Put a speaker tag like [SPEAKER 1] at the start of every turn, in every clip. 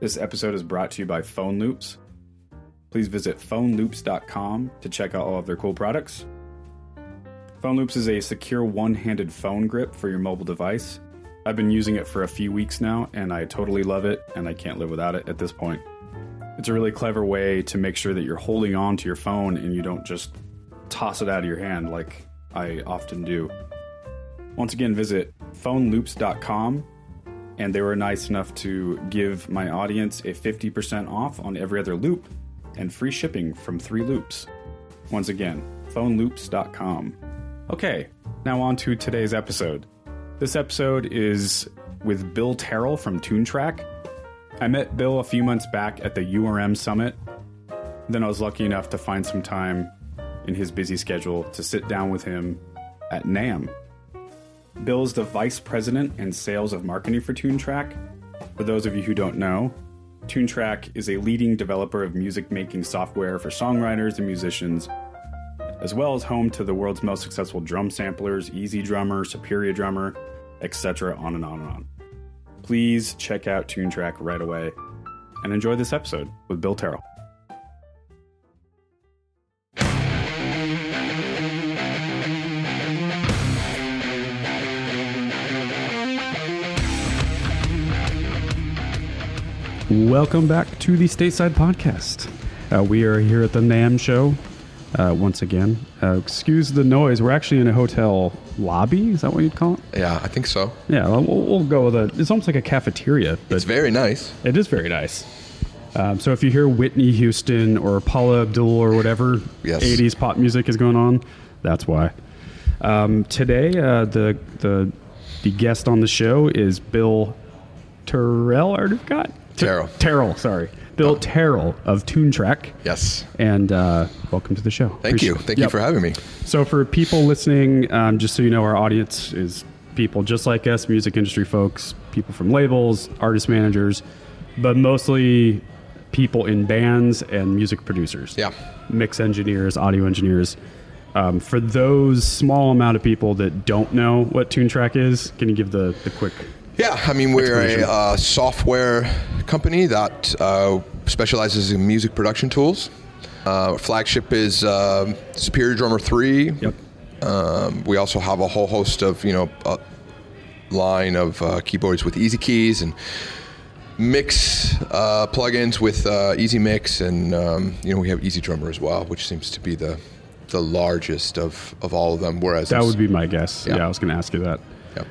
[SPEAKER 1] This episode is brought to you by Phone Loops. Please visit phoneloops.com to check out all of their cool products. Phone Loops is a secure one handed phone grip for your mobile device. I've been using it for a few weeks now, and I totally love it, and I can't live without it at this point. It's a really clever way to make sure that you're holding on to your phone and you don't just toss it out of your hand like I often do. Once again, visit phoneloops.com. And they were nice enough to give my audience a 50% off on every other loop and free shipping from three loops. Once again, phoneloops.com. Okay, now on to today's episode. This episode is with Bill Terrell from Toontrack. I met Bill a few months back at the URM Summit. Then I was lucky enough to find some time in his busy schedule to sit down with him at NAM Bill is the vice president and sales of marketing for TuneTrack. For those of you who don't know, TuneTrack is a leading developer of music making software for songwriters and musicians, as well as home to the world's most successful drum samplers, Easy Drummer, Superior Drummer, etc., on and on and on. Please check out TuneTrack right away and enjoy this episode with Bill Terrell. Welcome back to the Stateside Podcast. Uh, we are here at the NAM show uh, once again. Uh, excuse the noise. We're actually in a hotel lobby. Is that what you'd call it?
[SPEAKER 2] Yeah, I think so.
[SPEAKER 1] Yeah, we'll, we'll go with it. It's almost like a cafeteria, but
[SPEAKER 2] It's very nice.
[SPEAKER 1] it is very nice. Um, so if you hear Whitney Houston or Paula Abdul or whatever
[SPEAKER 2] Yes.
[SPEAKER 1] 80s pop music is going on, that's why. Um, today, uh, the, the the guest on the show is Bill Terrell. I forgot.
[SPEAKER 2] Terrell. Oh.
[SPEAKER 1] Terrell, sorry. Bill Terrell of Toontrack.
[SPEAKER 2] Yes.
[SPEAKER 1] And uh, welcome to the show.
[SPEAKER 2] Thank
[SPEAKER 1] Appreciate
[SPEAKER 2] you.
[SPEAKER 1] it.
[SPEAKER 2] Thank you
[SPEAKER 1] Yep.
[SPEAKER 2] for having me.
[SPEAKER 1] So, for people listening, um, just so you know, our audience is people just like us music industry folks, people from labels, artist managers, but mostly people in bands and music producers.
[SPEAKER 2] Yeah.
[SPEAKER 1] Mix engineers, audio engineers. Um, for those small amount of people that don't know what TuneTrack is, can you give the, the quick?
[SPEAKER 2] Yeah, I mean, we're a
[SPEAKER 1] Explanation.
[SPEAKER 2] uh, software company that uh, specializes in music production tools. Uh, flagship is um Superior Drummer 3.
[SPEAKER 1] Yep.
[SPEAKER 2] Um, we also have a whole host of, you know, a line of uh, keyboards with easy keys and mix uh, plugins with uh, Easy Mix, and um, you know we have Easy Drummer as well, which seems to be the the largest of, of all of them. Whereas
[SPEAKER 1] That would be my guess. Yeah,
[SPEAKER 2] Yeah.
[SPEAKER 1] I was going to ask you that.
[SPEAKER 2] yeah.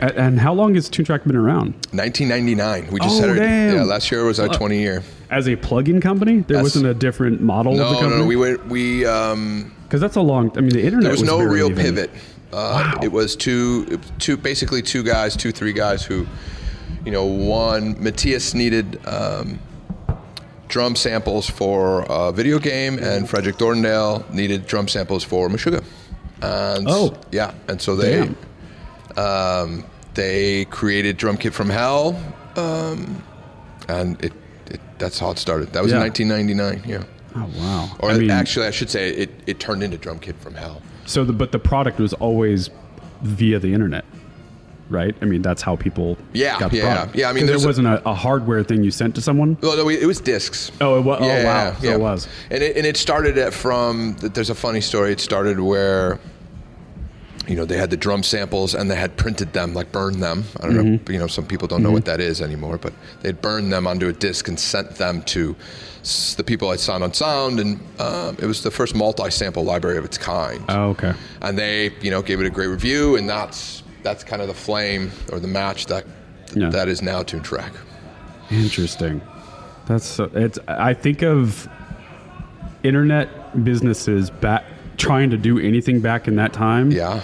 [SPEAKER 1] A- And how long has TuneTrack been around?
[SPEAKER 2] 1999. We just
[SPEAKER 1] Oh,
[SPEAKER 2] had our
[SPEAKER 1] damn.
[SPEAKER 2] yeah. Last year was our 20 year.
[SPEAKER 1] As a plug-in company, there
[SPEAKER 2] That's-
[SPEAKER 1] wasn't a different model of the
[SPEAKER 2] No,
[SPEAKER 1] company.
[SPEAKER 2] no, no. We went. We um,
[SPEAKER 1] Because that's a long. I mean, the internet.
[SPEAKER 2] there was, no
[SPEAKER 1] very
[SPEAKER 2] real
[SPEAKER 1] even.
[SPEAKER 2] pivot. Uh, It was two, two basically two guys, two three guys who, you know, one Matthias needed um, drum samples for a video game, and Frederick Dorndale needed drum samples for Meshuggah. And
[SPEAKER 1] Oh.
[SPEAKER 2] yeah, and so they
[SPEAKER 1] Damn.
[SPEAKER 2] um, they created Drum Kit from Hell, um, and it, it that's how it started. That was
[SPEAKER 1] Yeah.
[SPEAKER 2] in 1999. Yeah.
[SPEAKER 1] Oh wow!
[SPEAKER 2] Or
[SPEAKER 1] I mean,
[SPEAKER 2] actually, I should say it, it turned into Drum Kit from Hell.
[SPEAKER 1] so the but the product was always via the internet, right? I mean, that's how people.
[SPEAKER 2] Yeah,
[SPEAKER 1] got the
[SPEAKER 2] yeah,
[SPEAKER 1] product.
[SPEAKER 2] yeah. I mean,
[SPEAKER 1] 'Cause
[SPEAKER 2] there's
[SPEAKER 1] it
[SPEAKER 2] a-
[SPEAKER 1] wasn't a, a hardware thing you sent to someone.
[SPEAKER 2] Well, no, it was discs.
[SPEAKER 1] Oh, it was. oh wow! So it was.
[SPEAKER 2] And it, and it started at from. There's a funny story. It started where, you know, they had the drum samples and they had printed them, like burned them. I don't
[SPEAKER 1] Mm-hmm.
[SPEAKER 2] know. You know, some people don't know what that is anymore, but they'd burned them onto a disc and sent them to s- the people at Sound on Sound, and um, it was the first multi-sample library of its kind.
[SPEAKER 1] Oh, okay.
[SPEAKER 2] and they, you know, gave it a great review, and that's that's kind of the flame or the match that Th-
[SPEAKER 1] Yeah.
[SPEAKER 2] That is now Tune Track.
[SPEAKER 1] Interesting. That's so, it's. I think of internet businesses back trying to do anything back in that time.
[SPEAKER 2] Yeah.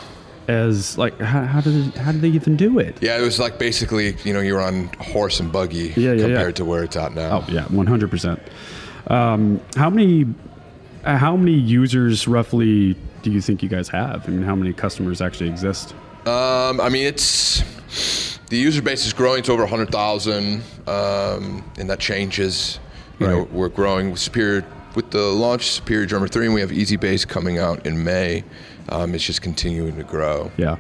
[SPEAKER 1] As like, how, how did how did they even do it?
[SPEAKER 2] Yeah, it was like basically, you know, you were on horse and buggy
[SPEAKER 1] Yeah, yeah, yeah.
[SPEAKER 2] compared to where it's at now.
[SPEAKER 1] Oh yeah, one hundred percent. Um, How many uh, how many users roughly do you think you guys have? I mean, how many customers actually exist?
[SPEAKER 2] Um, I mean, it's the user base is growing to over 100,000, um, and that changes. You know,
[SPEAKER 1] Right.
[SPEAKER 2] we're growing with Superior with the launch of Superior Drummer Three, and we have Easy Bass coming out in May. Um, it's just continuing to grow.
[SPEAKER 1] Yeah.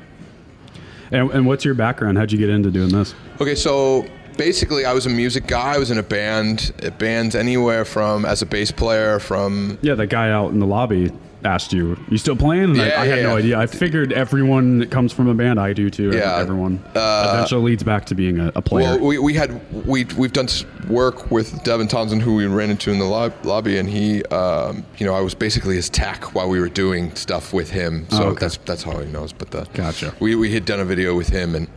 [SPEAKER 1] And, and what's your background? How'd you get into doing this?
[SPEAKER 2] Okay, so basically, I was a music guy. I was in a band, uh, bands anywhere from as a bass player from
[SPEAKER 1] Yeah, that guy out in the lobby asked you, "You still playing?" And I-
[SPEAKER 2] Yeah,
[SPEAKER 1] I, had
[SPEAKER 2] yeah,
[SPEAKER 1] no
[SPEAKER 2] yeah.
[SPEAKER 1] idea. I figured everyone that comes from a band, I do too.
[SPEAKER 2] Yeah.
[SPEAKER 1] everyone
[SPEAKER 2] Uh,
[SPEAKER 1] eventually leads back to being a, a player.
[SPEAKER 2] Well, we, we had we we've done s- work with Devin Thompson, who we ran into in the lo- lobby, and he, um, you know, I was basically his tech while we were doing stuff with him. So
[SPEAKER 1] Oh, okay.
[SPEAKER 2] that's that's how he knows. But the
[SPEAKER 1] Gotcha.
[SPEAKER 2] We we had done a video with him and.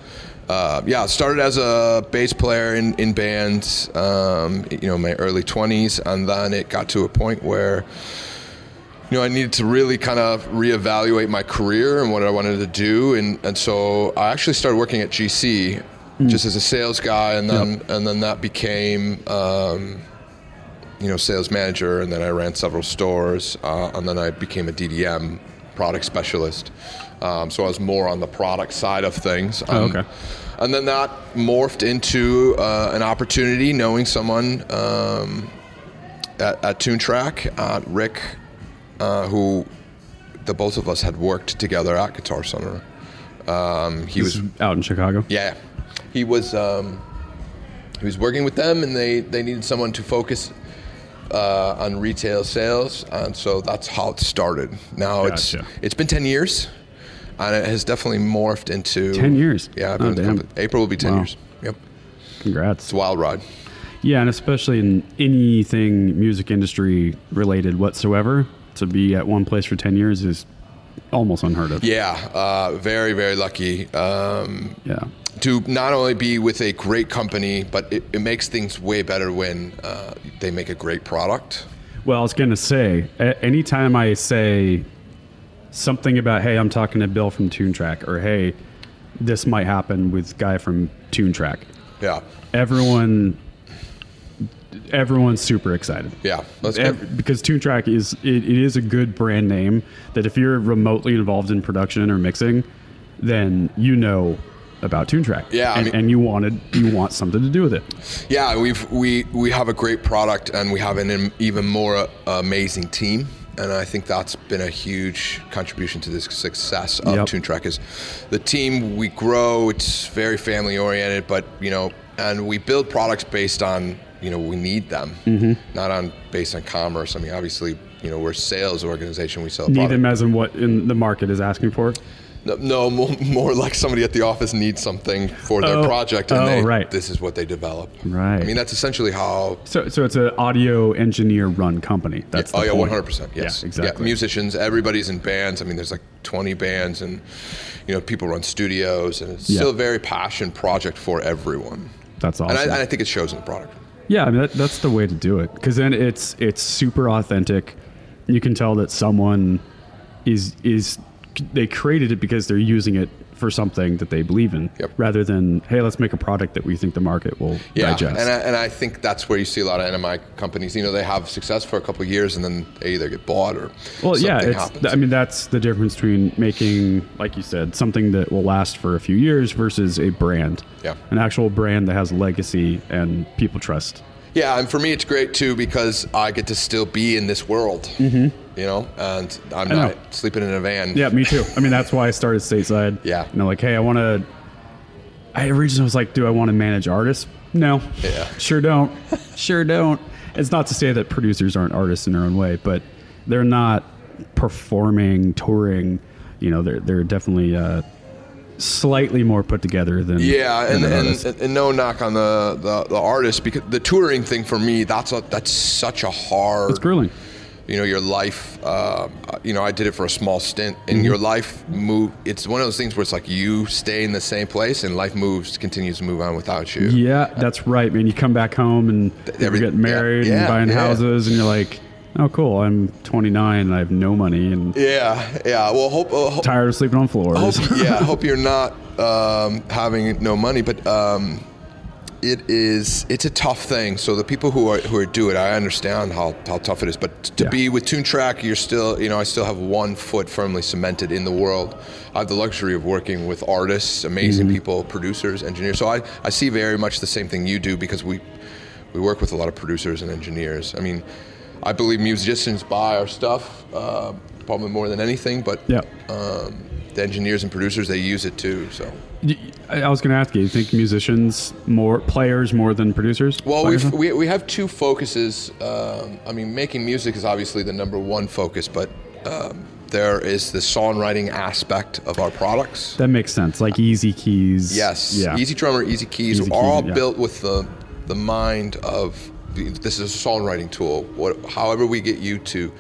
[SPEAKER 2] Uh, yeah, started as a bass player in, in bands, um, you know, my early 20s, and then it got to a point where you know, I needed to really kind of reevaluate my career and what I wanted to do, and and so I actually started working at GC, just as a sales guy, and then and then that became, um, you know, sales manager, and then I ran several stores, uh, and then I became a DDM product specialist. Um, so I was more on the product side of things. Um,
[SPEAKER 1] okay.
[SPEAKER 2] And then that morphed into uh, an opportunity, knowing someone um, at, at TuneTrack, uh, Rick, uh, who the both of us had worked together at Guitar Center. Um, he was,
[SPEAKER 1] out in Chicago.
[SPEAKER 2] yeah, he was, um, he was working with them, and they they needed someone to focus uh, on retail sales, and so that's how it started. Now
[SPEAKER 1] Gotcha.
[SPEAKER 2] it's it's been ten years, and it has definitely morphed into
[SPEAKER 1] 10 years?
[SPEAKER 2] Yeah, I've
[SPEAKER 1] Oh,
[SPEAKER 2] been with the
[SPEAKER 1] damn.
[SPEAKER 2] company- April will be ten
[SPEAKER 1] Wow.
[SPEAKER 2] years. Yep,
[SPEAKER 1] Congrats.
[SPEAKER 2] it's a wild ride.
[SPEAKER 1] Yeah, and especially in anything music industry related whatsoever, to be at one place for 10 years is almost unheard of.
[SPEAKER 2] Yeah, uh, very very lucky. Um,
[SPEAKER 1] Yeah.
[SPEAKER 2] to not only be with a great company, but it, it makes things way better when uh, they make a great product.
[SPEAKER 1] Well, I was going to say, a- anytime I say something about, hey, I'm talking to Bill from TuneTrack, or hey, this might happen with guy from TuneTrack,
[SPEAKER 2] Yeah,
[SPEAKER 1] everyone. Everyone's super excited.
[SPEAKER 2] yeah. That's
[SPEAKER 1] Ev-
[SPEAKER 2] good.
[SPEAKER 1] Eh, because TuneTrack is it, it is a good brand name that if you're remotely involved in production or mixing, then you know about TuneTrack.
[SPEAKER 2] Yeah, I
[SPEAKER 1] and,
[SPEAKER 2] mean-
[SPEAKER 1] and you wanted you want something to do with it.
[SPEAKER 2] Yeah, we've we we have a great product, and we have an im- even more uh, amazing team. And I think that's been a huge contribution to the success of
[SPEAKER 1] Yep.
[SPEAKER 2] TuneTrack. Is the team we grow? It's very family oriented, but you know, and we build products based on you know we need them,
[SPEAKER 1] Mm-hmm.
[SPEAKER 2] not on based on commerce. I mean, obviously, you know, we're a sales organization. We sell a
[SPEAKER 1] Need
[SPEAKER 2] product.
[SPEAKER 1] them as in what in the market is asking for.
[SPEAKER 2] No, no more, more like somebody at the office needs something for their
[SPEAKER 1] Oh.
[SPEAKER 2] project, and
[SPEAKER 1] Oh,
[SPEAKER 2] they,
[SPEAKER 1] right.
[SPEAKER 2] this is what they develop.
[SPEAKER 1] Right.
[SPEAKER 2] I mean, that's essentially how.
[SPEAKER 1] So so it's an audio engineer run company. That's
[SPEAKER 2] oh
[SPEAKER 1] the
[SPEAKER 2] yeah,
[SPEAKER 1] point.
[SPEAKER 2] one hundred percent. Yes,
[SPEAKER 1] Yeah, exactly.
[SPEAKER 2] musicians, everybody's in bands. I mean, there's like twenty bands, and you know, people run studios, and it's
[SPEAKER 1] Yeah.
[SPEAKER 2] still a very passion project for everyone.
[SPEAKER 1] That's awesome.
[SPEAKER 2] And, I, and I think it shows in the product.
[SPEAKER 1] Yeah, I mean that, that's the way to do it because then it's it's super authentic. You can tell that someone is is they created it because they're using it for something that they believe in,
[SPEAKER 2] Yep.
[SPEAKER 1] rather than hey, let's make a product that we think the market will
[SPEAKER 2] Yeah,
[SPEAKER 1] digest.
[SPEAKER 2] and I, and I think that's where you see a lot of NMI companies. You know, they have success for a couple of years, and then they either get bought or
[SPEAKER 1] well,
[SPEAKER 2] something
[SPEAKER 1] yeah, it's,
[SPEAKER 2] happens.
[SPEAKER 1] I mean that's the difference between making, like you said, something that will last for a few years versus a brand,
[SPEAKER 2] Yeah.
[SPEAKER 1] an actual brand that has legacy and people trust.
[SPEAKER 2] Yeah, and for me, it's great too because I get to still be in this world. You know, and I'm
[SPEAKER 1] Mm-hmm. know.
[SPEAKER 2] not sleeping in a van.
[SPEAKER 1] Yeah, me too. I mean, that's why I started stateside.
[SPEAKER 2] Yeah.
[SPEAKER 1] You know, like, hey, I want to. I originally was like, do I want to manage artists? No.
[SPEAKER 2] Yeah.
[SPEAKER 1] Sure don't. sure don't. It's not to say that producers aren't artists in their own way, but they're not performing, touring. You know, they're they're definitely uh, slightly more put together than
[SPEAKER 2] Yeah,
[SPEAKER 1] than
[SPEAKER 2] and,
[SPEAKER 1] an
[SPEAKER 2] and,
[SPEAKER 1] artist.
[SPEAKER 2] and, no knock on the, the, the artist because the touring thing for me that's a that's such a hard
[SPEAKER 1] it's grueling.
[SPEAKER 2] you know your life um, uh, you know i did it for a small stint and
[SPEAKER 1] Mm-hmm.
[SPEAKER 2] your life move it's one of those things where it's like you stay in the same place and life moves continues to move on without you
[SPEAKER 1] Yeah, that's right, man. You come back home and you're
[SPEAKER 2] every-
[SPEAKER 1] getting married
[SPEAKER 2] yeah,
[SPEAKER 1] and
[SPEAKER 2] yeah,
[SPEAKER 1] buying
[SPEAKER 2] yeah.
[SPEAKER 1] houses, and you're like, "Oh, cool! I'm 29 and I have no money and
[SPEAKER 2] yeah yeah well hope, uh, hope
[SPEAKER 1] tired of sleeping on floors."
[SPEAKER 2] hope, yeah, I hope you're not um, having no money, but um, it is it's a tough thing. So the people who are who are do it, I understand how, how tough it is. But to
[SPEAKER 1] Yeah.
[SPEAKER 2] be with Toon Track, you're still you know I still have one foot firmly cemented in the world. I have the luxury of working with artists, amazing people, producers, engineers. So I I see very much the same thing you do because we we work with a lot of producers and engineers. I mean. I believe musicians buy our stuff uh, probably more than anything, but
[SPEAKER 1] Yeah.
[SPEAKER 2] um, the engineers and producers they use it too. So
[SPEAKER 1] Y- I I was going to ask you, you think musicians more players more than producers?
[SPEAKER 2] well,
[SPEAKER 1] Players?
[SPEAKER 2] we've, we we have two focuses. Um, I mean, making music is obviously the number one focus, but um, there is the songwriting aspect of our products.
[SPEAKER 1] that makes sense. Like easy keys.
[SPEAKER 2] Yes,
[SPEAKER 1] Yeah.
[SPEAKER 2] Easy Drummer, Easy Keys
[SPEAKER 1] Easy
[SPEAKER 2] are all
[SPEAKER 1] Keys, yeah.
[SPEAKER 2] built with the the mind of the, this is a songwriting tool. What, however, we get you to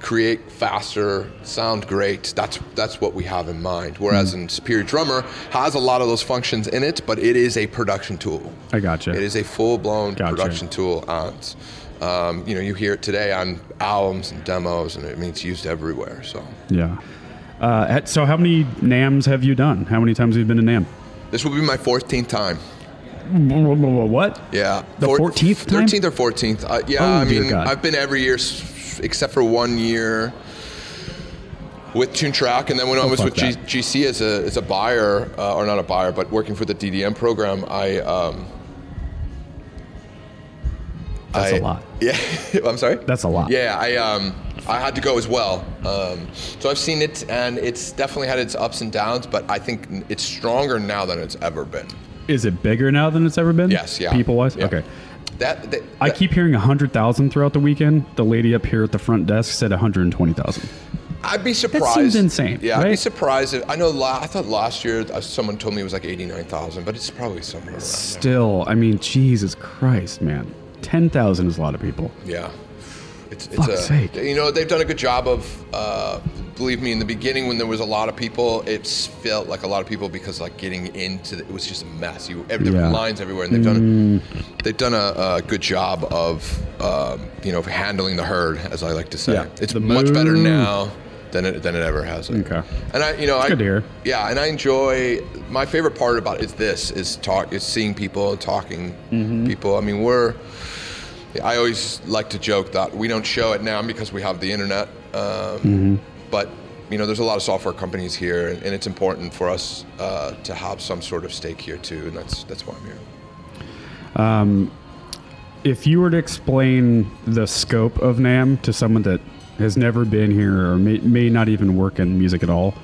[SPEAKER 2] create faster, sound great. That's that's what we have in mind. Whereas
[SPEAKER 1] Hmm.
[SPEAKER 2] in Superior Drummer has a lot of those functions in it, but it is a production tool.
[SPEAKER 1] I gotcha.
[SPEAKER 2] It is a full blown
[SPEAKER 1] Gotcha.
[SPEAKER 2] production tool. And, um, you know, you hear it today on albums and demos, and I mean, it's used everywhere. So
[SPEAKER 1] Yeah. Uh, at- so how many Nams have you done? How many times have you been to Nam?
[SPEAKER 2] this will be my 14th time.
[SPEAKER 1] What?
[SPEAKER 2] Yeah.
[SPEAKER 1] The 14th time?
[SPEAKER 2] 13th or 14th. Uh, yeah,
[SPEAKER 1] Oh,
[SPEAKER 2] I
[SPEAKER 1] dear
[SPEAKER 2] mean,
[SPEAKER 1] God.
[SPEAKER 2] I've been every year s- except for one year with Tune Track. And then when I was
[SPEAKER 1] Oh, fuck
[SPEAKER 2] with G-
[SPEAKER 1] that.
[SPEAKER 2] GC as a, as a buyer, uh, or not a buyer, but working for the DDM program, I. Um,
[SPEAKER 1] That's a
[SPEAKER 2] a
[SPEAKER 1] lot.
[SPEAKER 2] Yeah. I'm sorry?
[SPEAKER 1] That's a lot.
[SPEAKER 2] Yeah, I um, I had to go as well. Um, so I've seen it, and it's definitely had its ups and downs, but I think n- it's stronger now than it's ever been.
[SPEAKER 1] Is it bigger now than it's ever been?
[SPEAKER 2] Yes, yeah.
[SPEAKER 1] People wise?
[SPEAKER 2] Yeah.
[SPEAKER 1] Okay.
[SPEAKER 2] That, that
[SPEAKER 1] I
[SPEAKER 2] that-
[SPEAKER 1] keep hearing 100,000 throughout the weekend. The lady up here at the front desk said 120,000.
[SPEAKER 2] I'd be surprised.
[SPEAKER 1] seems insane,
[SPEAKER 2] Yeah, I'd be
[SPEAKER 1] right?
[SPEAKER 2] surprised. If, I know. La- I thought last year uh, someone told me it was like eighty nine thousand, but it's probably somewhere around. there.
[SPEAKER 1] Still, I mean, Jesus Christ, man. 10,000 is a lot of people.
[SPEAKER 2] Yeah. It's, it's
[SPEAKER 1] Fuck's
[SPEAKER 2] a,
[SPEAKER 1] sake.
[SPEAKER 2] You know, they've done a good job of, uh, believe me, in the beginning when there was a lot of people, it felt like a lot of people because like getting into the, it was just a mess. You ev- there were
[SPEAKER 1] Yeah. Mm.
[SPEAKER 2] lines everywhere, and they've done they've done a, a good job of um, you know handling the herd, as I like to say.
[SPEAKER 1] Yeah.
[SPEAKER 2] It's
[SPEAKER 1] The
[SPEAKER 2] much better
[SPEAKER 1] moo.
[SPEAKER 2] now than it than it ever has.
[SPEAKER 1] Okay.
[SPEAKER 2] And I, you know, I
[SPEAKER 1] good to hear.
[SPEAKER 2] yeah, and I enjoy my favorite part about it is this is talk is seeing people and talking
[SPEAKER 1] Mm-hmm.
[SPEAKER 2] people. I mean, we're I always like to joke that we don't show it now because we have the internet. Um,
[SPEAKER 1] Mm-hmm.
[SPEAKER 2] But you know, there's a lot of software companies here, and, and it's important for us uh, to have some sort of stake here too, and that's that's why I'm here.
[SPEAKER 1] If you were to explain the scope of NAM to someone that has never been here or may, may not even work in music at all,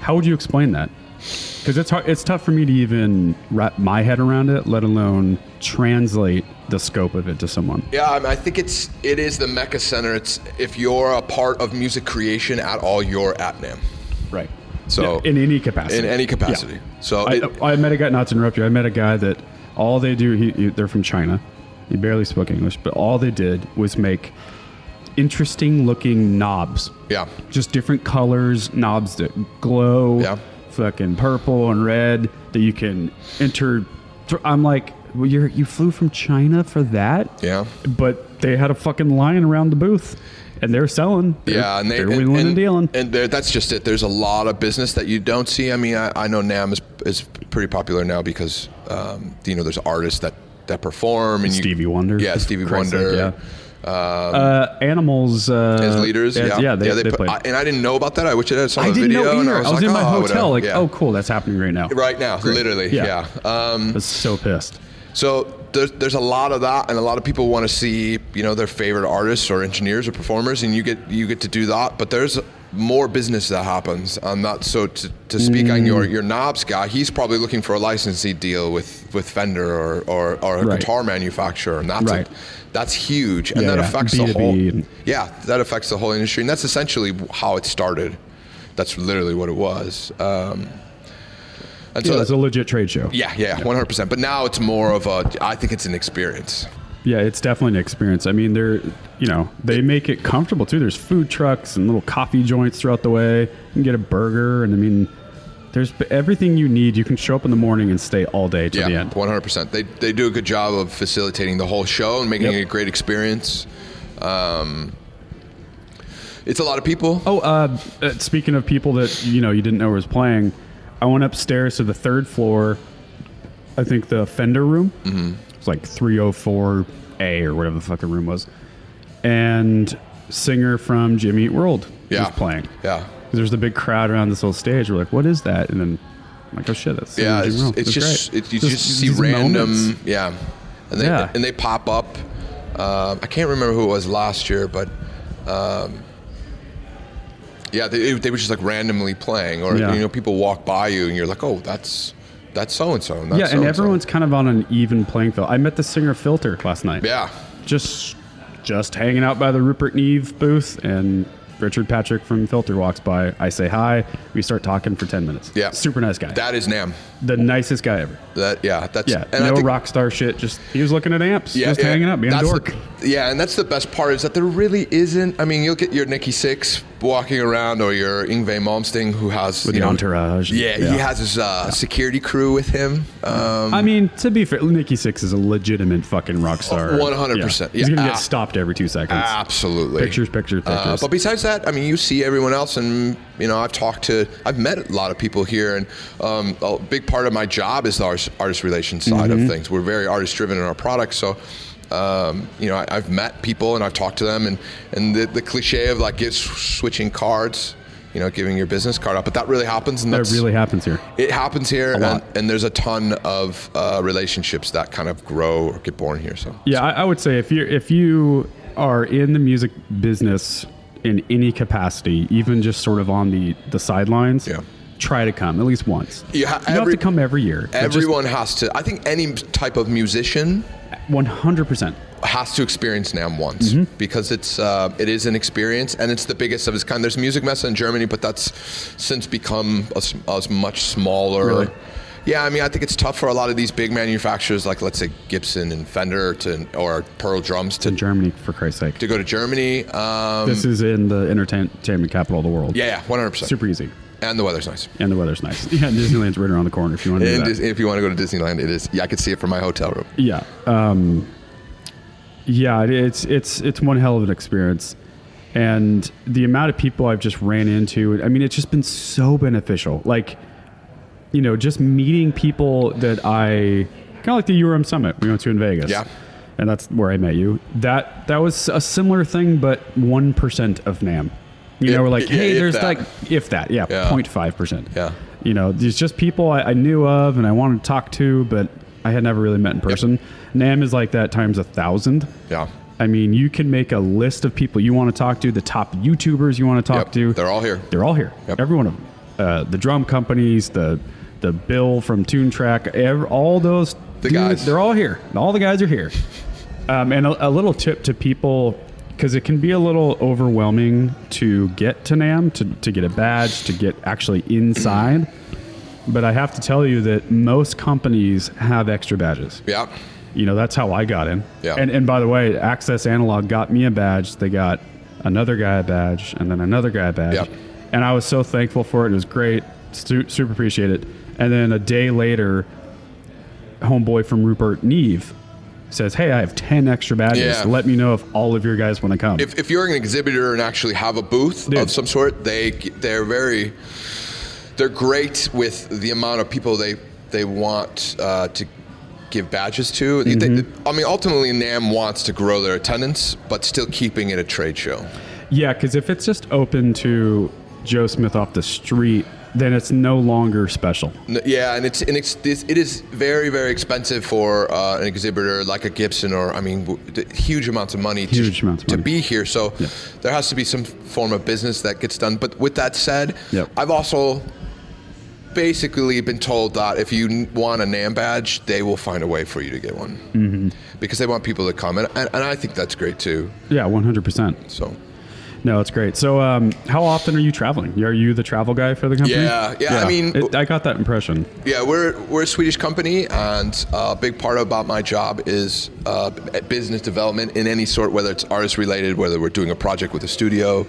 [SPEAKER 1] how would you explain that? Because it's hard, it's tough for me to even wrap my head around it, let alone translate the scope of it to someone.
[SPEAKER 2] Yeah, I, mean, I think it's it is the mecca center. It's if you're a part of music creation at all, you're at NAM.
[SPEAKER 1] Right.
[SPEAKER 2] So
[SPEAKER 1] in any capacity.
[SPEAKER 2] in any
[SPEAKER 1] Yeah.
[SPEAKER 2] capacity. So
[SPEAKER 1] I,
[SPEAKER 2] it-
[SPEAKER 1] I met a guy. Not to interrupt you, I met a guy that all they do. He, he, they're from China. He barely spoke English, but all they did was make interesting looking knobs.
[SPEAKER 2] Yeah.
[SPEAKER 1] Just different colors, knobs that glow.
[SPEAKER 2] Yeah.
[SPEAKER 1] Fucking purple and red that you can enter. thr- I'm like, well, you're you flew from China for that?
[SPEAKER 2] yeah.
[SPEAKER 1] But they had a fucking line around the booth, and they're selling. They're-
[SPEAKER 2] Yeah, and they
[SPEAKER 1] they're
[SPEAKER 2] and,
[SPEAKER 1] wheeling and, dealing.
[SPEAKER 2] and there, that's just it. There's a lot of business that you don't see. I mean, I, I know Nam is is pretty popular now because um, you know there's artists that that perform and you-
[SPEAKER 1] Stevie Wonder.
[SPEAKER 2] Yeah, Stevie
[SPEAKER 1] Christ's
[SPEAKER 2] Wonder. um,
[SPEAKER 1] sake, yeah. uh, animals uh,
[SPEAKER 2] As leaders,
[SPEAKER 1] as-
[SPEAKER 2] yeah,
[SPEAKER 1] they, they,
[SPEAKER 2] put-
[SPEAKER 1] played.
[SPEAKER 2] I, and I didn't know about that. I wish it had some
[SPEAKER 1] I didn't
[SPEAKER 2] video.
[SPEAKER 1] know
[SPEAKER 2] and
[SPEAKER 1] either. I was,
[SPEAKER 2] like,
[SPEAKER 1] in my
[SPEAKER 2] oh, I would've-
[SPEAKER 1] hotel, like,
[SPEAKER 2] yeah.
[SPEAKER 1] oh, cool, that's happening right now.
[SPEAKER 2] right now,
[SPEAKER 1] Great.
[SPEAKER 2] literally,
[SPEAKER 1] Yeah.
[SPEAKER 2] yeah. Um,
[SPEAKER 1] I was so pissed.
[SPEAKER 2] So there's, there's a lot of that, and a lot of people want to see you know their favorite artists or engineers or performers, and you get you get to do that. But there's more business that happens on that. So to, to speak on
[SPEAKER 1] Mm.
[SPEAKER 2] your your knobs guy, he's probably looking for a licensee deal with with Fender or or, or a
[SPEAKER 1] Right.
[SPEAKER 2] guitar manufacturer, and that's a-
[SPEAKER 1] Right.
[SPEAKER 2] that's huge, and
[SPEAKER 1] Yeah,
[SPEAKER 2] that
[SPEAKER 1] yeah.
[SPEAKER 2] affects the
[SPEAKER 1] B2B
[SPEAKER 2] whole
[SPEAKER 1] and-
[SPEAKER 2] yeah that affects the whole industry, and that's essentially how it started. That's literally what it was. Um, and
[SPEAKER 1] So
[SPEAKER 2] so
[SPEAKER 1] it's a
[SPEAKER 2] that's
[SPEAKER 1] legit trade show.
[SPEAKER 2] yeah, yeah, one hundred percent. But now it's more of a. I think it's an experience.
[SPEAKER 1] Yeah, it's definitely an experience. I mean, they're you know they make it comfortable too. There's food trucks and little coffee joints throughout the way. You can get a burger, and I mean, there's b- everything you need. You can show up in the morning and stay all day to
[SPEAKER 2] yeah,
[SPEAKER 1] the end.
[SPEAKER 2] 100%. They, they do a good job of facilitating the whole show and making
[SPEAKER 1] Yep.
[SPEAKER 2] it a great experience. Um, it's a lot of people.
[SPEAKER 1] Oh, uh, uh, speaking of people that you know you didn't know was playing, I went upstairs to the third floor. I think the Fender room. Mm-hmm. It's like 304A or whatever the fuck the room was, and singer from Jimmy Eat World
[SPEAKER 2] Yeah.
[SPEAKER 1] was playing.
[SPEAKER 2] Yeah.
[SPEAKER 1] There's the big crowd around this little stage. We're like, what is that? And then I'm like, oh shit, that's
[SPEAKER 2] Yeah,
[SPEAKER 1] that's
[SPEAKER 2] it's,
[SPEAKER 1] wrong.
[SPEAKER 2] it's
[SPEAKER 1] That's
[SPEAKER 2] just
[SPEAKER 1] great.
[SPEAKER 2] it, you
[SPEAKER 1] These-
[SPEAKER 2] just, see
[SPEAKER 1] these
[SPEAKER 2] random,
[SPEAKER 1] moments.
[SPEAKER 2] yeah, and they
[SPEAKER 1] Yeah.
[SPEAKER 2] and they pop up. Um I can't remember who it was last year, but um, yeah, they, they were just like randomly playing, or
[SPEAKER 1] Yeah.
[SPEAKER 2] you know, people walk by you and you're like, oh, that's that's so and so.
[SPEAKER 1] Yeah, and everyone's kind of on an even playing field. I met the singer Filter last night.
[SPEAKER 2] yeah,
[SPEAKER 1] just just hanging out by the Rupert Neve booth, and Richard Patrick from Filter walks by. I say hi. We start talking for ten minutes.
[SPEAKER 2] Yeah.
[SPEAKER 1] super nice guy.
[SPEAKER 2] that is Nam.
[SPEAKER 1] the nicest guy ever.
[SPEAKER 2] That yeah, that's
[SPEAKER 1] Yeah,
[SPEAKER 2] and I
[SPEAKER 1] no
[SPEAKER 2] think-
[SPEAKER 1] rock star shit. Just he was looking at amps, just hanging out, being a
[SPEAKER 2] That's
[SPEAKER 1] dork.
[SPEAKER 2] The, yeah, and that's the best part is that there really isn't. I mean, you'll get your Nikki Six walking around, or your Ingve Malmsteen who has
[SPEAKER 1] With
[SPEAKER 2] you
[SPEAKER 1] the
[SPEAKER 2] know,
[SPEAKER 1] entourage.
[SPEAKER 2] Yeah,
[SPEAKER 1] Yeah.
[SPEAKER 2] he has his uh, security crew with him. Um,
[SPEAKER 1] I mean, to be fair, Nikki Six is a legitimate fucking rock
[SPEAKER 2] Oh,
[SPEAKER 1] star.
[SPEAKER 2] 100%.
[SPEAKER 1] He's gonna
[SPEAKER 2] Yeah.
[SPEAKER 1] get stopped every two seconds.
[SPEAKER 2] absolutely.
[SPEAKER 1] Pictures, pictures,
[SPEAKER 2] Uh,
[SPEAKER 1] pictures.
[SPEAKER 2] but besides that, I mean, you see everyone else, and you know, I've talked to, I've met a lot of people here, and um, a big part of my job is the artist, artist relations side
[SPEAKER 1] Mm-hmm.
[SPEAKER 2] of things. We're very artist driven in our products, so. Um, you know, I, I've met people and I've talked to them, and and the, the cliche of like it's switching cards, you know, giving your business card out, but that really happens, and
[SPEAKER 1] that
[SPEAKER 2] that's
[SPEAKER 1] really happens here.
[SPEAKER 2] it happens here, and,
[SPEAKER 1] lot.
[SPEAKER 2] and there's a ton of uh, relationships that kind of grow or get born here. So
[SPEAKER 1] Yeah, I, I would say if you if you are in the music business in any capacity, even just sort of on the the sidelines,
[SPEAKER 2] Yeah.
[SPEAKER 1] try to come at least once.
[SPEAKER 2] You ha-
[SPEAKER 1] you don't
[SPEAKER 2] every-
[SPEAKER 1] have to come every year.
[SPEAKER 2] Everyone has to. I think any type of musician
[SPEAKER 1] one hundred percent.
[SPEAKER 2] has to experience Nam once
[SPEAKER 1] Mm-hmm.
[SPEAKER 2] because it's uh, it is an experience and it's the biggest of its kind. There's Music Messe in Germany, but that's since become a, s- a s- much smaller.
[SPEAKER 1] Really?
[SPEAKER 2] Yeah, I mean, I think it's tough for a lot of these big manufacturers, like let's say Gibson and Fender to or Pearl Drums
[SPEAKER 1] In
[SPEAKER 2] to.
[SPEAKER 1] Germany, for Christ's sake,
[SPEAKER 2] To go to Germany, um,
[SPEAKER 1] this is in the entertainment capital of the world.
[SPEAKER 2] yeah, one hundred percent,
[SPEAKER 1] super easy,
[SPEAKER 2] and the weather's nice.
[SPEAKER 1] and the weather's nice. Yeah, Disneyland's right around the corner. If you want to do
[SPEAKER 2] And
[SPEAKER 1] that.
[SPEAKER 2] Dis- if you want to go to Disneyland, it is. Yeah, I could see it from my hotel room.
[SPEAKER 1] Yeah. Um, yeah, it- it's it's it's one hell of an experience. And the amount of people I've just ran into, I mean, it's just been so beneficial. Like, you know, just meeting people that I kind of like the URM summit we went to in Vegas.
[SPEAKER 2] Yeah.
[SPEAKER 1] And that's where I met you. That that was a similar thing, but one percent of Nam. You
[SPEAKER 2] If-
[SPEAKER 1] know, we're like,
[SPEAKER 2] yeah,
[SPEAKER 1] hey,
[SPEAKER 2] if
[SPEAKER 1] there's
[SPEAKER 2] that.
[SPEAKER 1] like if that, yeah,
[SPEAKER 2] Yeah.
[SPEAKER 1] 0.5 percent.
[SPEAKER 2] Yeah.
[SPEAKER 1] You know, there's just people I, I knew of and I wanted to talk to, but I had never really met in person. Nam is like that times a thousand.
[SPEAKER 2] Yeah,
[SPEAKER 1] I mean, you can make a list of people you want to talk to, the top YouTubers you want to talk
[SPEAKER 2] Yep,
[SPEAKER 1] to.
[SPEAKER 2] they're all here.
[SPEAKER 1] They're all here.
[SPEAKER 2] Yep.
[SPEAKER 1] Every one of them. Uh, the drum companies, the the Bill from Toon Track, ev- all those
[SPEAKER 2] The
[SPEAKER 1] dudes,
[SPEAKER 2] guys.
[SPEAKER 1] They're all here. All the guys are here. Um, and a, a little tip to people because it can be a little overwhelming to get to NAM, to, to get a badge, to get actually inside. But I have to tell you that most companies have extra badges
[SPEAKER 2] yeah,
[SPEAKER 1] you know that's how I got in.
[SPEAKER 2] Yeah.
[SPEAKER 1] And and by the way, Access Analog got me a badge. They got another guy a badge, and then another guy a badge.
[SPEAKER 2] Yep.
[SPEAKER 1] And I was so thankful for it. It was great. Su- super appreciate it. And then a day later, homeboy from Rupert Neve says, "Hey, I have ten extra badges.
[SPEAKER 2] Yeah.
[SPEAKER 1] Let me know if all of your guys want to come."
[SPEAKER 2] if, if you're an exhibitor and actually have a booth
[SPEAKER 1] Dude.
[SPEAKER 2] of some sort, they they're very they're great with the amount of people they they want uh, to give badges to. They- they- I mean, ultimately, Nam wants to grow their attendance, but still keeping it a trade show.
[SPEAKER 1] Yeah, because if it's just open to Joe Smith off the street, then it's no longer special.
[SPEAKER 2] N- Yeah, and it's and it's this, it is very very expensive for uh, an exhibitor like a Gibson or I mean w- d- huge amounts of money
[SPEAKER 1] Huge
[SPEAKER 2] to,
[SPEAKER 1] amounts of
[SPEAKER 2] to
[SPEAKER 1] money.
[SPEAKER 2] be here. So there has to be some form of business that gets done. But with that said,
[SPEAKER 1] Yep.
[SPEAKER 2] I've also basically been told that if you n- want a NAM badge, they will find a way for you to get one
[SPEAKER 1] Mm-hmm.
[SPEAKER 2] because they want people to come, and and, and I think that's great too.
[SPEAKER 1] Yeah, one hundred percent.
[SPEAKER 2] So
[SPEAKER 1] No, it's great. So, um, how often are you traveling? Are you the travel guy for the company?
[SPEAKER 2] Yeah, yeah, I mean-
[SPEAKER 1] It- I got that impression.
[SPEAKER 2] Yeah, we're we're a Swedish company, and a big part about my job is uh, business development in any sort, whether it's artist related, whether we're doing a project with a studio,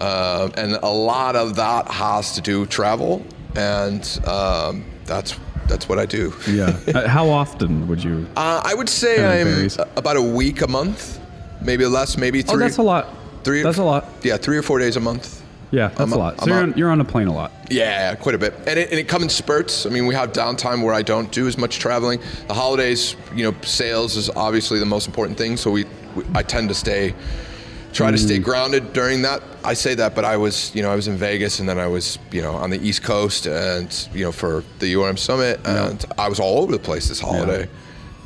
[SPEAKER 2] uh, and a lot of that has to do travel, and um, that's that's what I do.
[SPEAKER 1] Yeah. Uh, how often would you?
[SPEAKER 2] Uh, I would say
[SPEAKER 1] Kinda
[SPEAKER 2] I'm
[SPEAKER 1] varies.
[SPEAKER 2] about a week a month, maybe less, maybe three.
[SPEAKER 1] Oh, that's a lot.
[SPEAKER 2] Three.
[SPEAKER 1] That's a lot.
[SPEAKER 2] Yeah, three or four days a month.
[SPEAKER 1] Yeah, that's
[SPEAKER 2] I'm
[SPEAKER 1] a
[SPEAKER 2] a-
[SPEAKER 1] lot. So
[SPEAKER 2] I'm
[SPEAKER 1] you're
[SPEAKER 2] a-
[SPEAKER 1] on, you're on a plane a lot.
[SPEAKER 2] Yeah, quite a bit, and it, and it comes in spurts. I mean, we have downtime where I don't do as much traveling. The holidays, you know, sales is obviously the most important thing, so we, we I tend to stay, try to stay grounded during that. I say that, but I was, you know, I was in Vegas, and then I was, you know, on the East Coast, and you know, for the URM Summit, and I was all over the place this holiday.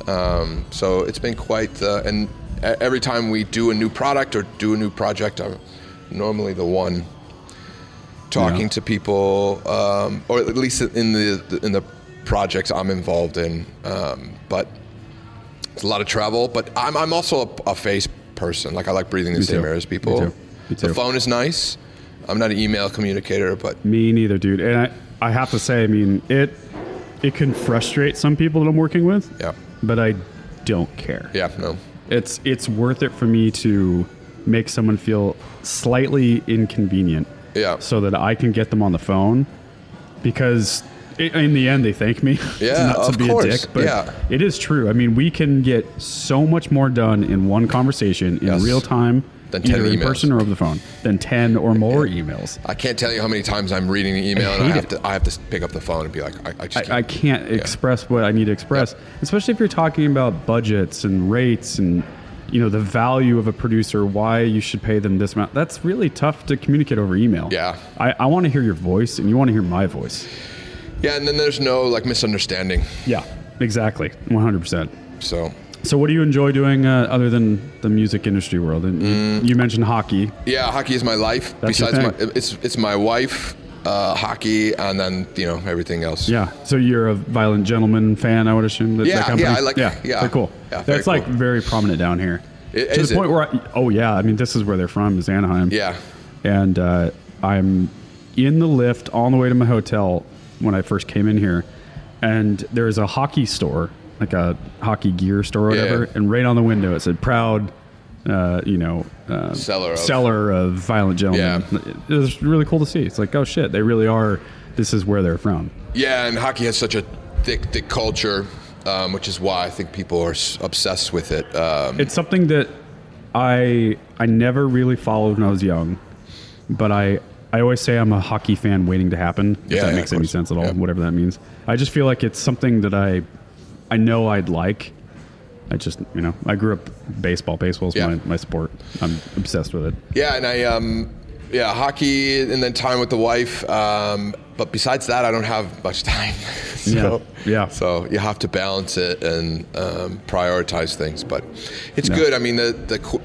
[SPEAKER 2] Um, so it's been quite, uh, and e- every time we do a new product or do a new project, I'm normally the one talking to people, um, or at least in the in the projects I'm involved in. Um, but it's a lot of travel. But I'm I'm also a, a face person. Like I like breathing the same
[SPEAKER 1] too.
[SPEAKER 2] air as people.
[SPEAKER 1] Me too. Me too.
[SPEAKER 2] The phone is nice. I'm not an email communicator, but
[SPEAKER 1] Me neither, dude. And I, I have to say, I mean, it it can frustrate some people that I'm working with.
[SPEAKER 2] yeah,
[SPEAKER 1] But I don't care.
[SPEAKER 2] yeah, no,
[SPEAKER 1] It's it's worth it for me to make someone feel slightly inconvenient
[SPEAKER 2] yeah,
[SPEAKER 1] so that I can get them on the phone because i in the end they thank me.
[SPEAKER 2] Yeah,
[SPEAKER 1] not to
[SPEAKER 2] of
[SPEAKER 1] be
[SPEAKER 2] course.
[SPEAKER 1] a dick, but
[SPEAKER 2] Yeah.
[SPEAKER 1] it is true. I mean, we can get so much more done in one conversation in
[SPEAKER 2] Yes.
[SPEAKER 1] real time
[SPEAKER 2] Than 10
[SPEAKER 1] either in
[SPEAKER 2] emails.
[SPEAKER 1] person or over the phone than 10 or more emails.
[SPEAKER 2] I can't tell you how many times I'm reading the email
[SPEAKER 1] I
[SPEAKER 2] and I
[SPEAKER 1] hate
[SPEAKER 2] have
[SPEAKER 1] it.
[SPEAKER 2] to I have to pick up the phone and be like, I, I just
[SPEAKER 1] I, I can't express what I need to express, especially if you're talking about budgets and rates and you know the value of a producer, why you should pay them this amount. That's really tough to communicate over email.
[SPEAKER 2] Yeah.
[SPEAKER 1] I, I want to hear your voice, and you want to hear my voice.
[SPEAKER 2] yeah. And then there's no like misunderstanding.
[SPEAKER 1] Yeah, exactly, 100. percent
[SPEAKER 2] So
[SPEAKER 1] So, what do you enjoy doing uh, other than the music industry world? And you-
[SPEAKER 2] Mm.
[SPEAKER 1] you mentioned hockey.
[SPEAKER 2] Yeah, hockey is my life.
[SPEAKER 1] That's your
[SPEAKER 2] Besides, my,
[SPEAKER 1] thing.
[SPEAKER 2] it's it's my wife, uh, hockey, and then you know everything else.
[SPEAKER 1] Yeah. So you're a violent gentleman fan, I would assume. That, that
[SPEAKER 2] Yeah,
[SPEAKER 1] company?
[SPEAKER 2] yeah, I like-
[SPEAKER 1] Yeah,
[SPEAKER 2] yeah.
[SPEAKER 1] they're cool.
[SPEAKER 2] Yeah, very
[SPEAKER 1] That's like
[SPEAKER 2] cool.
[SPEAKER 1] very prominent down here.
[SPEAKER 2] It-
[SPEAKER 1] to
[SPEAKER 2] is
[SPEAKER 1] the point
[SPEAKER 2] it?
[SPEAKER 1] where, I, oh yeah, I mean, this is where they're from, is Anaheim.
[SPEAKER 2] yeah,
[SPEAKER 1] And uh, I'm in the lift on the way to my hotel when I first came in here, and there is a hockey store, like a hockey gear store or
[SPEAKER 2] Yeah.
[SPEAKER 1] whatever, and right on the window it said "proud." Uh, you know, uh,
[SPEAKER 2] Seller of-
[SPEAKER 1] seller of violent gentlemen.
[SPEAKER 2] Yeah.
[SPEAKER 1] It was really cool to see. It's like, oh shit, they really are. This is where they're from.
[SPEAKER 2] yeah. And hockey has such a thick, thick culture, um, which is why I think people are s- obsessed with it. Um,
[SPEAKER 1] It's something that I I never really followed when I was young, but I I always say I'm a hockey fan waiting to happen.
[SPEAKER 2] Yeah,
[SPEAKER 1] if that
[SPEAKER 2] yeah,
[SPEAKER 1] makes
[SPEAKER 2] of
[SPEAKER 1] any
[SPEAKER 2] course.
[SPEAKER 1] sense at all,
[SPEAKER 2] Yeah.
[SPEAKER 1] whatever that means. I just feel like it's something that I I know I'd like. I just you know I grew up baseball. Baseball's
[SPEAKER 2] Yeah.
[SPEAKER 1] my my sport. I'm obsessed with it.
[SPEAKER 2] yeah, and I, um, yeah, hockey, and then time with the wife. Um, but besides that, I don't have much time. so,
[SPEAKER 1] Yeah, yeah.
[SPEAKER 2] So you have to balance it and um, prioritize things. But it's good. I mean, the the qu-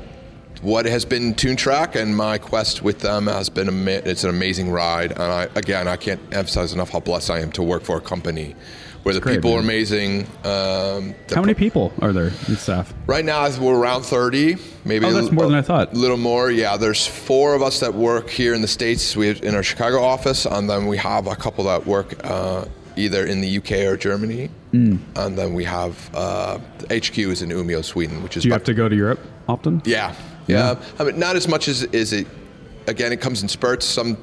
[SPEAKER 2] what has been TuneTrack and my quest with them has been ama- it's an amazing ride. And I again, I can't emphasize enough how blessed I am to work for a company where the
[SPEAKER 1] great,
[SPEAKER 2] people
[SPEAKER 1] man.
[SPEAKER 2] are amazing. Um, the
[SPEAKER 1] How many people are there in staff?
[SPEAKER 2] Right now, we're around 30, maybe
[SPEAKER 1] Oh,
[SPEAKER 2] a
[SPEAKER 1] that's
[SPEAKER 2] little-
[SPEAKER 1] more than I thought.
[SPEAKER 2] A little more, yeah. There's four of us that work here in the States. We in our Chicago office, and then we have a couple that work uh, either in the UK or Germany.
[SPEAKER 1] Hmm.
[SPEAKER 2] And then we have uh, HQ is in Umeå, Sweden, which is
[SPEAKER 1] Do you
[SPEAKER 2] about-
[SPEAKER 1] have to go to Europe often?
[SPEAKER 2] yeah, yeah. I mean, not as much as is it. Again, it comes in spurts. Some,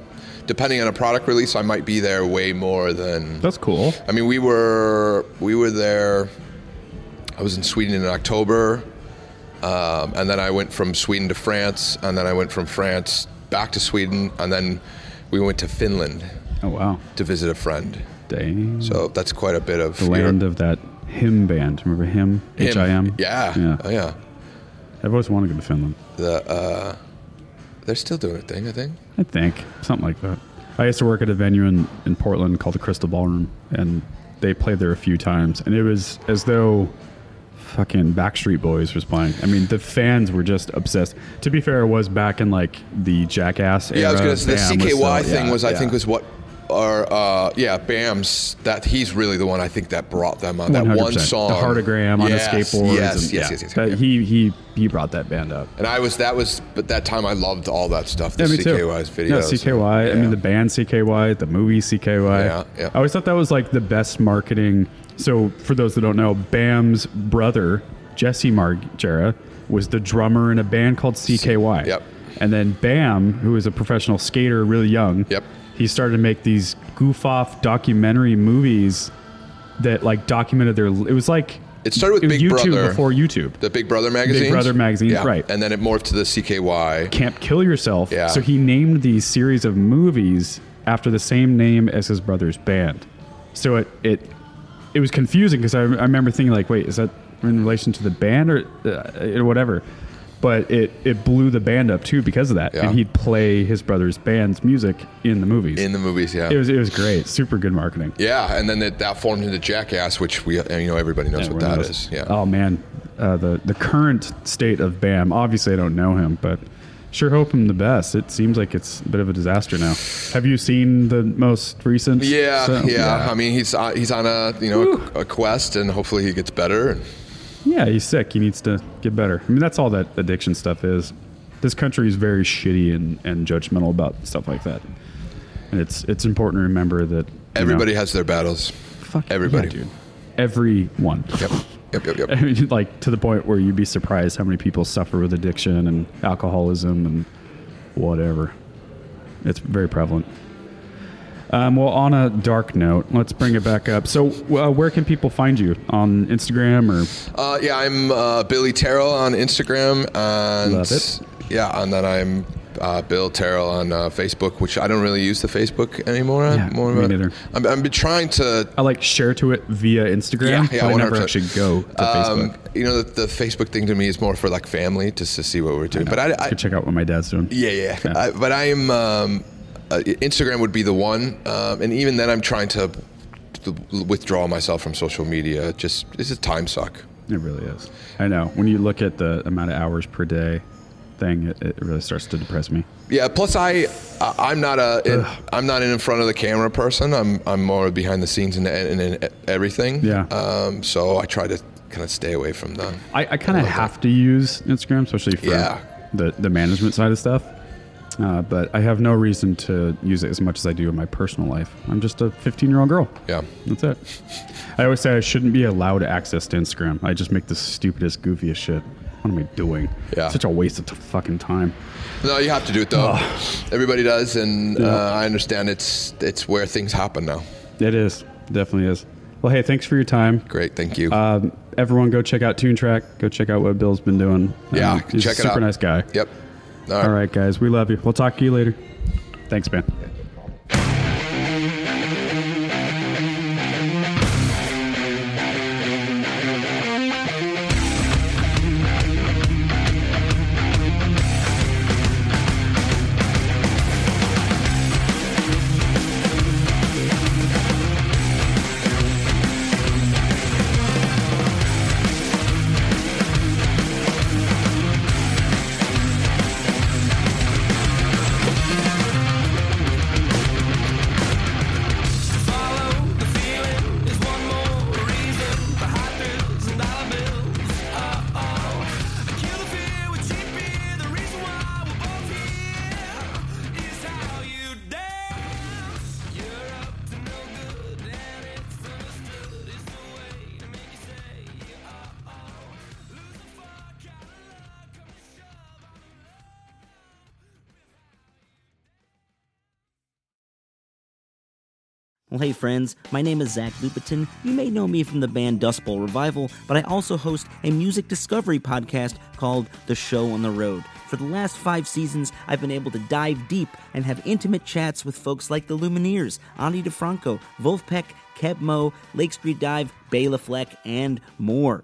[SPEAKER 2] depending on a product release, I might be there way more than
[SPEAKER 1] That's cool.
[SPEAKER 2] I mean, we were we were there. I was in Sweden in October, um, and then I went from Sweden to France, and then I went from France back to Sweden, and then we went to Finland
[SPEAKER 1] Oh wow,
[SPEAKER 2] to visit a friend.
[SPEAKER 1] dang.
[SPEAKER 2] So that's quite a bit of
[SPEAKER 1] the land of that hymn band. Remember hymn?
[SPEAKER 2] Him.
[SPEAKER 1] H I M.
[SPEAKER 2] Yeah,
[SPEAKER 1] Yeah.
[SPEAKER 2] Oh, yeah.
[SPEAKER 1] I've always wanted to go to Finland.
[SPEAKER 2] The uh, they're still doing a thing, I think.
[SPEAKER 1] I think something like that. I used to work at a venue in, in Portland called the Crystal Ballroom, and they played there a few times, and it was as though fucking Backstreet Boys was playing. I mean, the fans were just obsessed. To be fair, it was back in like the Jackass era.
[SPEAKER 2] Yeah, I was gonna say the
[SPEAKER 1] Bam was
[SPEAKER 2] CKY
[SPEAKER 1] still-
[SPEAKER 2] thing
[SPEAKER 1] yeah,
[SPEAKER 2] was, I
[SPEAKER 1] yeah.
[SPEAKER 2] think, was what or uh, yeah, Bam's. That he's really the one I think that brought them on. That one
[SPEAKER 1] 100%.
[SPEAKER 2] song,
[SPEAKER 1] the heartogram on
[SPEAKER 2] Yes,
[SPEAKER 1] the skateboards. and,
[SPEAKER 2] Yes, yes,
[SPEAKER 1] yeah.
[SPEAKER 2] yes, yes,
[SPEAKER 1] That-
[SPEAKER 2] yeah.
[SPEAKER 1] He he he brought that band up.
[SPEAKER 2] And I was that was, but that time I loved all that stuff. The
[SPEAKER 1] Yeah, me too.
[SPEAKER 2] CKY's videos.
[SPEAKER 1] Yeah, CKY. I
[SPEAKER 2] Yeah.
[SPEAKER 1] mean, the band CKY, the movie CKY.
[SPEAKER 2] Yeah, yeah.
[SPEAKER 1] I always thought that was like the best marketing. So, for those that don't know, Bam's brother, Jesse Margera, was the drummer in a band called CKY.
[SPEAKER 2] Yep.
[SPEAKER 1] And then Bam, who was a professional skater really young,
[SPEAKER 2] Yep.
[SPEAKER 1] he started to make these goof off documentary movies that like documented their. It was like
[SPEAKER 2] It started with
[SPEAKER 1] it was
[SPEAKER 2] Big
[SPEAKER 1] YouTube
[SPEAKER 2] Brother.
[SPEAKER 1] before YouTube.
[SPEAKER 2] the Big Brother magazine.
[SPEAKER 1] Brother magazines, right.
[SPEAKER 2] And then it morphed to the CKY.
[SPEAKER 1] Camp Kill Yourself.
[SPEAKER 2] Yeah.
[SPEAKER 1] So he named these series of movies after the same name as his brother's band. So it it it was confusing because I, I remember thinking like, wait, is that in relation to the band or uh, or whatever? But it it blew the band up too because of that,
[SPEAKER 2] Yeah.
[SPEAKER 1] and he'd play his brother's band's music in the movies.
[SPEAKER 2] in the movies. Yeah,
[SPEAKER 1] it was it was great, super good marketing.
[SPEAKER 2] yeah. And then that, that formed into Jackass, which we uh, you know everybody knows what
[SPEAKER 1] Everyone
[SPEAKER 2] that
[SPEAKER 1] knows
[SPEAKER 2] is.
[SPEAKER 1] it.
[SPEAKER 2] Yeah.
[SPEAKER 1] Oh man, uh, the the current state of Bam. Obviously, I don't know him, but sure hope him the best. It seems like it's a bit of a disaster now. Have you seen the most recent?
[SPEAKER 2] Yeah,
[SPEAKER 1] so-
[SPEAKER 2] yeah. I mean, he's on, he's on a you know a, a quest, and hopefully he gets better. And
[SPEAKER 1] Yeah, he's sick. He needs to get better. I mean, that's all that addiction stuff is. This country is very shitty and, and judgmental about stuff like that, and it's it's important to remember that you know,
[SPEAKER 2] everybody has their battles.
[SPEAKER 1] fuck yeah,
[SPEAKER 2] everybody.
[SPEAKER 1] dude, everyone.
[SPEAKER 2] Yep, yep, yep, yep.
[SPEAKER 1] I mean, like to the point where you'd be surprised how many people suffer with addiction and alcoholism and whatever. It's very prevalent. Um, well, on a dark note, let's bring it back up. So, uh, where can people find you on Instagram or
[SPEAKER 2] Uh, yeah, I'm uh, Billy Terrell on Instagram, and
[SPEAKER 1] Love it.
[SPEAKER 2] yeah, and then I'm uh, Bill Terrell on uh, Facebook, which I don't really use the Facebook anymore. I'm
[SPEAKER 1] Yeah,
[SPEAKER 2] more
[SPEAKER 1] me
[SPEAKER 2] of a-
[SPEAKER 1] neither.
[SPEAKER 2] I'm, I'm been trying to.
[SPEAKER 1] I like share to it via Instagram?
[SPEAKER 2] Yeah, yeah,
[SPEAKER 1] but I never
[SPEAKER 2] 100%.
[SPEAKER 1] actually go to
[SPEAKER 2] Um,
[SPEAKER 1] Facebook.
[SPEAKER 2] you know, the, the Facebook thing to me is more for like family, just to see what we're doing. But I,
[SPEAKER 1] Let's
[SPEAKER 2] I,
[SPEAKER 1] go check out what my dad's doing.
[SPEAKER 2] Yeah, yeah. I, but I am. Um, uh, Instagram would be the one, um, and even then, I'm trying to, to withdraw myself from social media. Just it's a time suck.
[SPEAKER 1] It really is. I know. When you look at the amount of hours per day thing, it, it really starts to depress me.
[SPEAKER 2] Yeah. Plus, I I- I'm not a in, I'm not an in front of the camera person. I'm I'm more behind the scenes and and, and everything.
[SPEAKER 1] Yeah.
[SPEAKER 2] Um. So I try to kind of stay away from them.
[SPEAKER 1] I, I kind of have to use Instagram, especially for
[SPEAKER 2] Yeah.
[SPEAKER 1] the, the management side of stuff. Uh, but I have no reason to use it as much as I do in my personal life. I'm just a 15 year old girl.
[SPEAKER 2] Yeah.
[SPEAKER 1] That's it. I always say I shouldn't be allowed access to Instagram. I just make the stupidest, goofiest shit. What am I doing?
[SPEAKER 2] Yeah.
[SPEAKER 1] Such a waste of t- fucking time.
[SPEAKER 2] No, you have to do it though. Everybody does, and uh, I understand it's it's where things happen now.
[SPEAKER 1] It is. Definitely is. Well, hey, thanks for your time.
[SPEAKER 2] Great. Thank you.
[SPEAKER 1] Um, everyone, go check out TuneTrack. Go check out what Bill's been doing.
[SPEAKER 2] yeah.
[SPEAKER 1] Um, he's
[SPEAKER 2] check
[SPEAKER 1] a
[SPEAKER 2] it out.
[SPEAKER 1] Super nice guy.
[SPEAKER 2] Yep. All
[SPEAKER 1] All right, guys. We love you. We'll talk to you later. Thanks, man.
[SPEAKER 3] Well, hey, friends, my name is Zach Lupitin. You may know me from the band Dust Bowl Revival, but I also host a music discovery podcast called The Show on the Road. For the last five seasons, I've been able to dive deep and have intimate chats with folks like the Lumineers, Ani DeFranco, Wolfpack, Keb Mo, Lake Street Dive, Bela Fleck, and more.